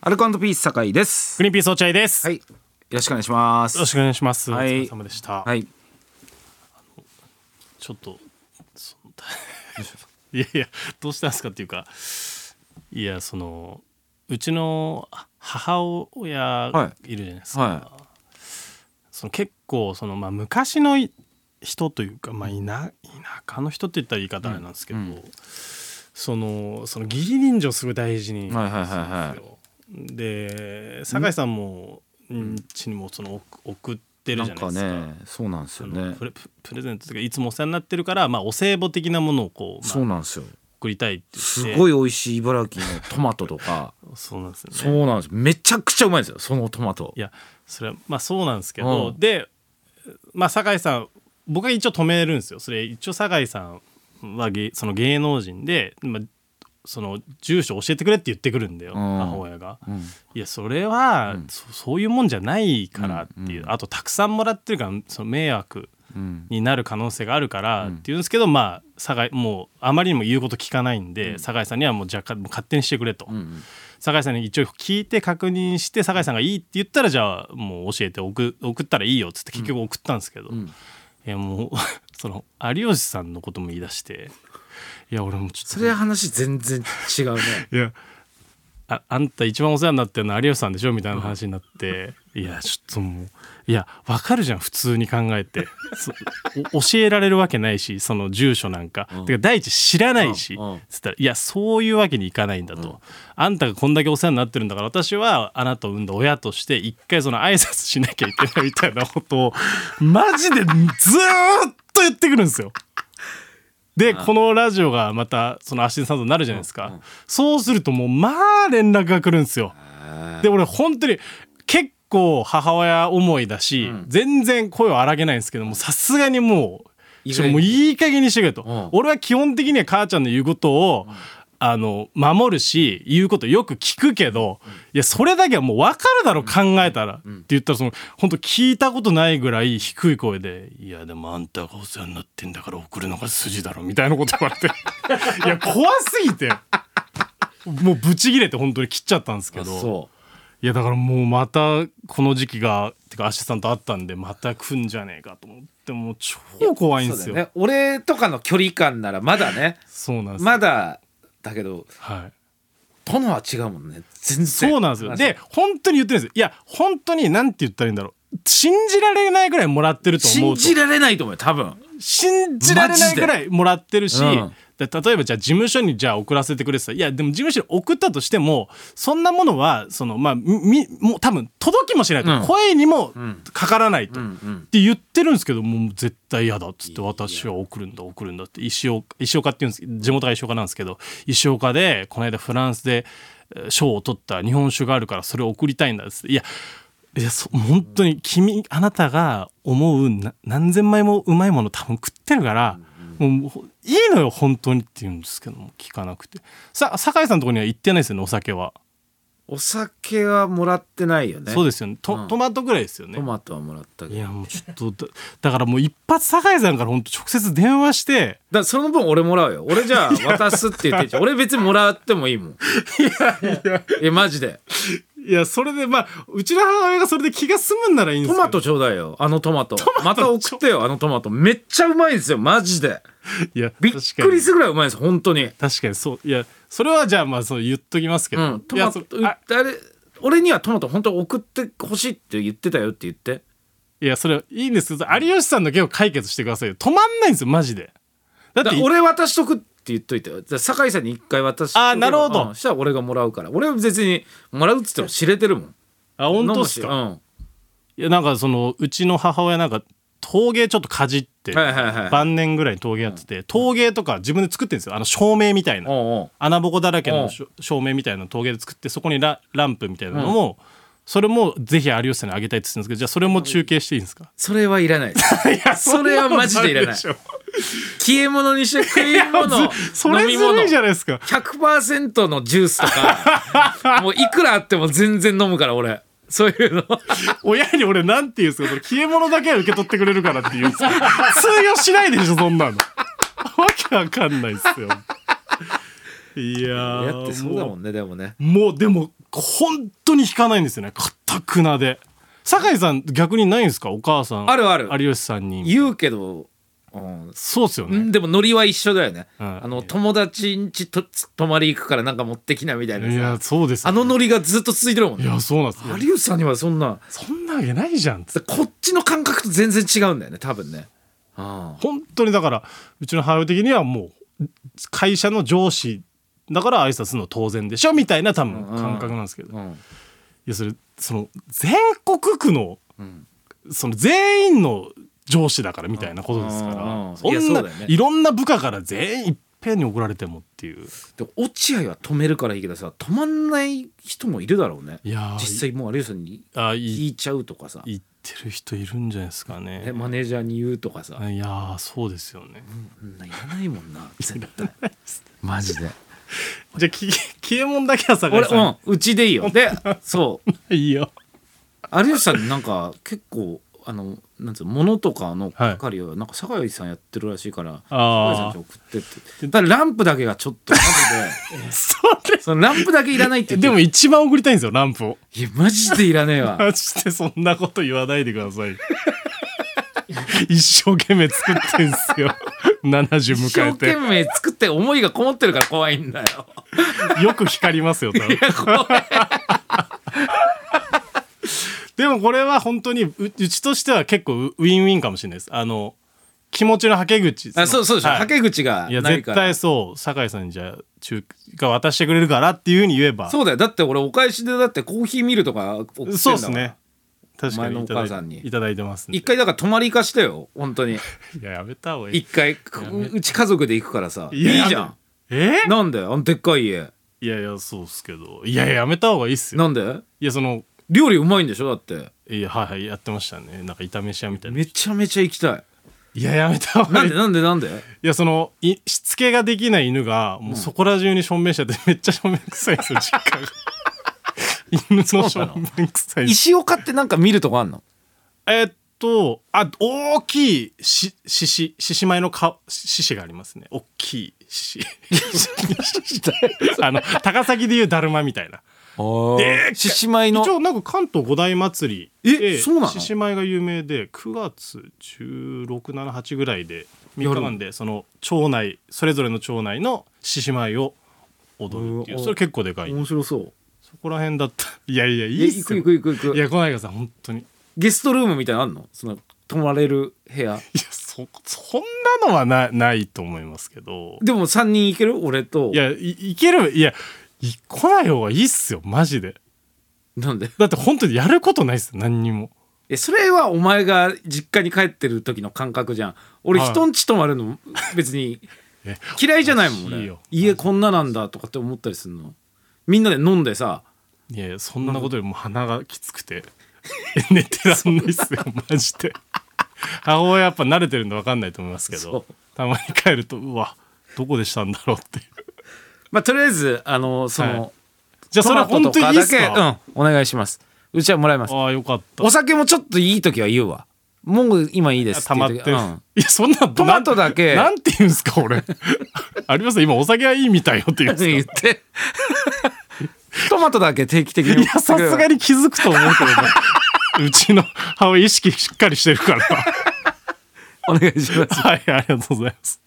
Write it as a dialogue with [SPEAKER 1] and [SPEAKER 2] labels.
[SPEAKER 1] アルコピース酒井です。
[SPEAKER 2] グリーンピースお茶いです、
[SPEAKER 1] はい、よろしくお願いします。
[SPEAKER 2] よろしくお願いします、
[SPEAKER 1] はい
[SPEAKER 2] お疲れ様でした、
[SPEAKER 1] はい、
[SPEAKER 2] ちょっとそのいやいやどうしたんですかっていうかいやそのうちのは母親
[SPEAKER 1] はい
[SPEAKER 2] るじゃないですか、
[SPEAKER 1] は
[SPEAKER 2] その結構その、まあ、昔のい人というか、まあ、田田舎の人って言ったら言い方あれなんですけど、
[SPEAKER 1] うんうん
[SPEAKER 2] そのその義理人情をすごい大事に
[SPEAKER 1] はいはいはいはい
[SPEAKER 2] で酒井さんもんちにもその送送って
[SPEAKER 1] い。
[SPEAKER 2] る
[SPEAKER 1] な
[SPEAKER 2] じゃ
[SPEAKER 1] ん
[SPEAKER 2] な
[SPEAKER 1] か
[SPEAKER 2] いですか。
[SPEAKER 1] ね、そうなんです
[SPEAKER 2] あ
[SPEAKER 1] よ
[SPEAKER 2] の
[SPEAKER 1] ね
[SPEAKER 2] プ。レププレゼントというかいつもお世話になってるから、まあ、お歳暮的なものをこう、まあ
[SPEAKER 1] そうなんですよ。
[SPEAKER 2] 送りたいって
[SPEAKER 1] す
[SPEAKER 2] 言って
[SPEAKER 1] ごい美味しい茨城のトマトとか。
[SPEAKER 2] そうなん ですよね
[SPEAKER 1] そうなんです。めちゃくちゃうまいですよ。そのトマト
[SPEAKER 2] い。やそれはまあそうなんですけど、
[SPEAKER 1] うん
[SPEAKER 2] で、まあ、酒井さん僕は一応止めるんですよそれ一応酒井さんは芸その芸能人で、まあ、その住所教えてくれって言ってくるんだよ、
[SPEAKER 1] うん
[SPEAKER 2] 母親が。
[SPEAKER 1] うん、
[SPEAKER 2] いやそれは、
[SPEAKER 1] うん
[SPEAKER 2] そそういうもんじゃないからっていう、
[SPEAKER 1] うんうん
[SPEAKER 2] あとたくさんもらってるからその迷惑
[SPEAKER 1] うん、
[SPEAKER 2] になる可能性があるから
[SPEAKER 1] う
[SPEAKER 2] っ
[SPEAKER 1] ん
[SPEAKER 2] ていうんですけど、まあ酒井もうあまりにも言うこと聞かないんで、
[SPEAKER 1] うん
[SPEAKER 2] 酒井さんにはもう若干もう勝手にしてくれと、
[SPEAKER 1] うんうん、
[SPEAKER 2] 酒井さんに一応聞いて確認して酒井さんがいいって言ったらじゃあもう教えて送送ったらいいよっつって結局送ったんですけど、
[SPEAKER 1] うん。
[SPEAKER 2] いやもう その有吉さんのことも言い出していや俺もちょっと
[SPEAKER 1] それは話全然違うね。
[SPEAKER 2] いやああんた一番お世話になってるのは有吉さんでしょみたいな話になって、いやちょっともういやわかるじゃん普通に考えてそ お教えられるわけないしその住所なんか,、
[SPEAKER 1] うん
[SPEAKER 2] てか第一知らないし、
[SPEAKER 1] うんうん
[SPEAKER 2] つったら「いやそういうわけにいかないんだと」
[SPEAKER 1] うん
[SPEAKER 2] あんたがこんだけお世話になってるんだから私はあなたを産んだ親として一回その挨拶しなきゃいけないみたいなことをマジでずーっと言ってくるんですよ。でこのラジオがまたそのアシスタントになるじゃないですか、そうするともうまあ連絡が来るんですよで俺本当に結構母親思いだし、
[SPEAKER 1] うん
[SPEAKER 2] 全然声を荒げないんですけどもさすがにもう
[SPEAKER 1] いい
[SPEAKER 2] ち
[SPEAKER 1] 加
[SPEAKER 2] ょ
[SPEAKER 1] 減
[SPEAKER 2] もういい加減にしてくれと、
[SPEAKER 1] うん
[SPEAKER 2] 俺は基本的には母ちゃんの言うことを、あの守るし言うことよく聞くけど、いやそれだけはもう分かるだろ考えたら、って言ったらその本当聞いたことないぐらい低い声で「いやでもあんたがお世話になってんだから送るのが筋だろ」みたいなこと言わ れていや怖すぎてもうブチギレて本当に切っちゃったんですけ
[SPEAKER 1] あ
[SPEAKER 2] ど。
[SPEAKER 1] そ
[SPEAKER 2] いやだからもうまたこの時期がてかアシスタントあったんでまた来んじゃねえかと思ってもう超怖
[SPEAKER 1] う。
[SPEAKER 2] いん
[SPEAKER 1] そう
[SPEAKER 2] で
[SPEAKER 1] だ
[SPEAKER 2] す
[SPEAKER 1] よ
[SPEAKER 2] よ。
[SPEAKER 1] ね。俺とかの距離感ならまだね。
[SPEAKER 2] そうなんですよ。
[SPEAKER 1] まだだけど
[SPEAKER 2] はい。
[SPEAKER 1] 殿は違うもんね。全然。
[SPEAKER 2] そうなんですよ。で本当に言ってるんですよ。いや本当になんて言ったらいいんだろう。信じられないぐらいもらってると思
[SPEAKER 1] 信
[SPEAKER 2] うと
[SPEAKER 1] じられないと思うよ。多分。
[SPEAKER 2] 信じられないぐらいもらってるし、
[SPEAKER 1] マ
[SPEAKER 2] で例えばじゃあ事務所にじゃあ送らせてくれてたらいやでも事務所に送ったとしてもそんなものはそのまあみもう多分届きもしないと、
[SPEAKER 1] うん
[SPEAKER 2] 声にもかからないと、
[SPEAKER 1] うんう
[SPEAKER 2] っ
[SPEAKER 1] ん。
[SPEAKER 2] て言ってるんですけどもう絶対嫌だっつって私は送るんだ送るんだって石岡石岡っていうんですけど地元が石岡なんですけど石岡でこの間フランスでえー賞を取った日本酒があるからそれを送りたいんだっつっていやいやそ本当に君あなたが思うな何千枚もうまいもの多分食ってるから、もうほいいのよ本当にって言うんですけども聞かなくてさ酒井さんのところには行ってないですよねお酒は、
[SPEAKER 1] お酒はもらってないよね。
[SPEAKER 2] そうですよねと、
[SPEAKER 1] うん
[SPEAKER 2] トマトぐらいですよね
[SPEAKER 1] トマトはもらったけど。
[SPEAKER 2] い
[SPEAKER 1] だ
[SPEAKER 2] やもうちょっと だだからもう一発酒井さんから本当直接電話して
[SPEAKER 1] からその分俺もらうよ。俺じゃあ渡すって言ってんじゃん俺別にもらってもいいもん。いやいや。え、マジで。
[SPEAKER 2] いやそれでまあうちの母親がそれで気が済むんならいいんで
[SPEAKER 1] ト
[SPEAKER 2] すけど
[SPEAKER 1] マトちょうだいよ。あのトマト。また送ってよ、あのトマト。めっちゃうまいんですよ、マジで。
[SPEAKER 2] いや
[SPEAKER 1] びっくりするぐらいうまいです、本当に。
[SPEAKER 2] 確かに確かにそういやそれはじゃあまあそう言っときますけ
[SPEAKER 1] う
[SPEAKER 2] ど、
[SPEAKER 1] ん、ト
[SPEAKER 2] いや
[SPEAKER 1] マ
[SPEAKER 2] そ
[SPEAKER 1] ト
[SPEAKER 2] れ、
[SPEAKER 1] う
[SPEAKER 2] あ
[SPEAKER 1] あれ、俺にはトマト本当送ってほしいって言ってたよって言って。
[SPEAKER 2] いやそれはいいんですけど有吉さんの件を解決してくださいよ止まんないんですよマジでだ
[SPEAKER 1] だ
[SPEAKER 2] って
[SPEAKER 1] から俺渡しとくって言っといて。じゃあ酒井さんに一回渡しとけば
[SPEAKER 2] あーなるほど
[SPEAKER 1] うんしたら俺がもらうから。俺は別にもらうっつっても知れてるもん。
[SPEAKER 2] あ本当っすか、
[SPEAKER 1] うん。
[SPEAKER 2] いやなんかそのうちの母親なんか陶芸ちょっとかじって、
[SPEAKER 1] はいはいはい。
[SPEAKER 2] 晩年ぐらいに陶芸やってて、陶芸とか自分で作ってるんですよあの照明みたいな
[SPEAKER 1] おうおう
[SPEAKER 2] 穴ぼこだらけ
[SPEAKER 1] う
[SPEAKER 2] の
[SPEAKER 1] ん
[SPEAKER 2] しょ照明みたいなの陶芸で作ってそこにラランプみたいなのも、それもぜひ有吉さんにあげたいって言ってるんですけどじゃあそれも中継していいんですか
[SPEAKER 1] それはいらない です
[SPEAKER 2] いや
[SPEAKER 1] それはマジでいらない
[SPEAKER 2] そんこ
[SPEAKER 1] 消え物にして食い
[SPEAKER 2] とな
[SPEAKER 1] 物
[SPEAKER 2] いでしょそれ
[SPEAKER 1] 飲み
[SPEAKER 2] ず
[SPEAKER 1] 物
[SPEAKER 2] るいじゃないですか
[SPEAKER 1] 100%のジュースと かもういくらあっても全然飲むから俺そういうの
[SPEAKER 2] 親に俺なんて言うんですかそれ消え物だけは受け取ってくれるからって言うんですか 通用しないでしょそんなのわけわかんないっすよいやー
[SPEAKER 1] やってそうだもんねでもね
[SPEAKER 2] もうもうでも本当に引かないんですよねかたくなで酒井さん逆にないんですかお母さん
[SPEAKER 1] あるある
[SPEAKER 2] 有吉さんに
[SPEAKER 1] 言うけど、うん
[SPEAKER 2] そうっすよね、
[SPEAKER 1] んでもノリは一緒だよね、
[SPEAKER 2] うん
[SPEAKER 1] あの友達んちとつ泊まり行くからなんか持ってきなみたいないさ
[SPEAKER 2] やそうです
[SPEAKER 1] あ
[SPEAKER 2] よね、
[SPEAKER 1] のノリがずっと続いてるもん
[SPEAKER 2] い
[SPEAKER 1] ね
[SPEAKER 2] やそうなんですよ
[SPEAKER 1] 有吉さんにはそんな
[SPEAKER 2] そんなわけないじゃんっつって
[SPEAKER 1] こっちの感覚と全然違うんだよね多分ねあ
[SPEAKER 2] 本当にだからうちの母親的にはもう会社の上司だから挨拶するの当然でしょみたいな多分
[SPEAKER 1] うん
[SPEAKER 2] 感覚なんですけど、
[SPEAKER 1] あ、うん、
[SPEAKER 2] いやそれその全国区の、
[SPEAKER 1] ん
[SPEAKER 2] その全員の上司だからみたいなことですから、
[SPEAKER 1] うんうん
[SPEAKER 2] そん
[SPEAKER 1] いやそ
[SPEAKER 2] な
[SPEAKER 1] うだよね
[SPEAKER 2] いろんな部下から全員いっぺんに怒られてもっていう
[SPEAKER 1] で落合は止めるからいいけどさ止まんない人もいるだろうね
[SPEAKER 2] いやー
[SPEAKER 1] 実際もう有吉さんに
[SPEAKER 2] あい
[SPEAKER 1] 聞いちゃうとかさ
[SPEAKER 2] 言ってる人いるんじゃないですか
[SPEAKER 1] ね
[SPEAKER 2] ね
[SPEAKER 1] マネージャーに言うとかさ、
[SPEAKER 2] いやーそうですよね
[SPEAKER 1] そんないらないもんな絶対マジで
[SPEAKER 2] じゃあき 消えもんだけは酒井
[SPEAKER 1] 俺
[SPEAKER 2] さ
[SPEAKER 1] うんんうちでいいよでそう
[SPEAKER 2] いいよ
[SPEAKER 1] 有吉さんなんか結構あのなんつうの物とかの
[SPEAKER 2] はい
[SPEAKER 1] 係を、なんか酒井さんやってるらしいから
[SPEAKER 2] あー
[SPEAKER 1] 酒井さんち送ってってだからランプだけがちょっとマジ
[SPEAKER 2] そ
[SPEAKER 1] でそのランプだけいらないって
[SPEAKER 2] れ
[SPEAKER 1] 言って
[SPEAKER 2] でも一番送りたいんですよランプを
[SPEAKER 1] いやマジでいらねえわ
[SPEAKER 2] マジでそんなこと言わないでください 一生懸命作ってんすよ70
[SPEAKER 1] 一生
[SPEAKER 2] 迎え
[SPEAKER 1] 懸
[SPEAKER 2] て
[SPEAKER 1] 命作って思いがこもってるから怖いんだよ
[SPEAKER 2] よく光りますよ多分
[SPEAKER 1] いや怖い
[SPEAKER 2] でもこれは本当にううちとしては結構ウウィンウィンかもしれないですあの気持ちのはけ口
[SPEAKER 1] あそうそうでしょ、
[SPEAKER 2] はい
[SPEAKER 1] はけ口が
[SPEAKER 2] いや
[SPEAKER 1] ない
[SPEAKER 2] 絶
[SPEAKER 1] から
[SPEAKER 2] 対そう酒井さんにじゃあ中が渡してくれるからっていうふうに言えば
[SPEAKER 1] そうだよだって俺お返しでだってコーヒーミルとか送ってんだもん
[SPEAKER 2] そうですね確かに
[SPEAKER 1] お前
[SPEAKER 2] いた
[SPEAKER 1] のお
[SPEAKER 2] だ
[SPEAKER 1] 母
[SPEAKER 2] い
[SPEAKER 1] さんに
[SPEAKER 2] いただいてますんで
[SPEAKER 1] 一回だから泊まり行かしてよ本当に
[SPEAKER 2] いややめた方がいい
[SPEAKER 1] 一回うち家族で行くからさいい
[SPEAKER 2] や
[SPEAKER 1] じゃ
[SPEAKER 2] や
[SPEAKER 1] ん
[SPEAKER 2] めえ
[SPEAKER 1] なんであのでっかい家
[SPEAKER 2] いやいやそうっすけどいやいややめた方がいいっすよ
[SPEAKER 1] なんで
[SPEAKER 2] いやその
[SPEAKER 1] 料理うまいんでしょだって
[SPEAKER 2] いやはいはいやってましたねなんか炒めし屋みたいな
[SPEAKER 1] めちゃめちゃ行きたい
[SPEAKER 2] いややめた方
[SPEAKER 1] な
[SPEAKER 2] が
[SPEAKER 1] ん
[SPEAKER 2] いい
[SPEAKER 1] でなんでなんで
[SPEAKER 2] いやそのいしつけができない犬がもうそこら中にしょんべんしちゃってめっちゃしょんべん臭いんです よ実家が犬のしょんべん臭いし
[SPEAKER 1] 石岡ってなんか見るとこあんの
[SPEAKER 2] えーっとあ大きいし獅子獅子前の顔獅子がありますね大きい獅子 あの高崎でいうだるまみたいな
[SPEAKER 1] え獅子舞の
[SPEAKER 2] 一応なんか関東五大祭り
[SPEAKER 1] え
[SPEAKER 2] で
[SPEAKER 1] そうなの
[SPEAKER 2] 獅子舞が有名で9月1678ぐらいで
[SPEAKER 1] やる
[SPEAKER 2] 3日間でその町内それぞれの町内の獅子舞を踊るっていう
[SPEAKER 1] うわ
[SPEAKER 2] それ結構でかい
[SPEAKER 1] 面白そう
[SPEAKER 2] そこら辺だったいやいやい
[SPEAKER 1] い
[SPEAKER 2] いっ
[SPEAKER 1] 行
[SPEAKER 2] す
[SPEAKER 1] く
[SPEAKER 2] よ
[SPEAKER 1] 行く行く行
[SPEAKER 2] い
[SPEAKER 1] く
[SPEAKER 2] や来ないでください本当にい
[SPEAKER 1] ゲストルームみたいなのあんのその泊まれる部屋
[SPEAKER 2] やそそんなのはなないと思いますけど
[SPEAKER 1] でも3人行ける俺と
[SPEAKER 2] いやいいけるいやい来ない方がいいっすよマジで
[SPEAKER 1] なんで
[SPEAKER 2] だって本当にやることないっすよ何にも
[SPEAKER 1] えそれはお前が実家に帰ってる時の感覚じゃん俺
[SPEAKER 2] はい
[SPEAKER 1] 人んち泊まるの別に
[SPEAKER 2] え
[SPEAKER 1] 嫌いじゃないもん
[SPEAKER 2] おか しい
[SPEAKER 1] 俺
[SPEAKER 2] よ
[SPEAKER 1] 家こんななんだとかって思ったりするのみんなで飲んでさ
[SPEAKER 2] いやいやそんなことよりもう鼻がきつくて 寝てらんないっすよマジで母親やっぱ慣れてるんで分かんないと思いますけど
[SPEAKER 1] そ
[SPEAKER 2] たまに帰るとうわどこでしたんだろうっていう
[SPEAKER 1] まあとりあえずあのその、
[SPEAKER 2] はいじゃあそれは
[SPEAKER 1] トマ
[SPEAKER 2] 本
[SPEAKER 1] ト
[SPEAKER 2] 当
[SPEAKER 1] とか
[SPEAKER 2] にいいっ
[SPEAKER 1] だ
[SPEAKER 2] す
[SPEAKER 1] け
[SPEAKER 2] か、
[SPEAKER 1] うんお願いしますうちはもらいます
[SPEAKER 2] ああよかった
[SPEAKER 1] お酒もちょっといい時は言うわもう今いいです
[SPEAKER 2] 溜まって
[SPEAKER 1] いう
[SPEAKER 2] る、
[SPEAKER 1] 時
[SPEAKER 2] いやそんなト
[SPEAKER 1] マトだけ
[SPEAKER 2] なんて言うんすか俺 あります今お酒はいいみたいよって言うん
[SPEAKER 1] うん、言っ
[SPEAKER 2] すか
[SPEAKER 1] てトマトだけ定期的に
[SPEAKER 2] いやさすが
[SPEAKER 1] に
[SPEAKER 2] に気づくと思うけどねうちの 母親意識しっかりしてるから
[SPEAKER 1] お願いします
[SPEAKER 2] はいありがとうございます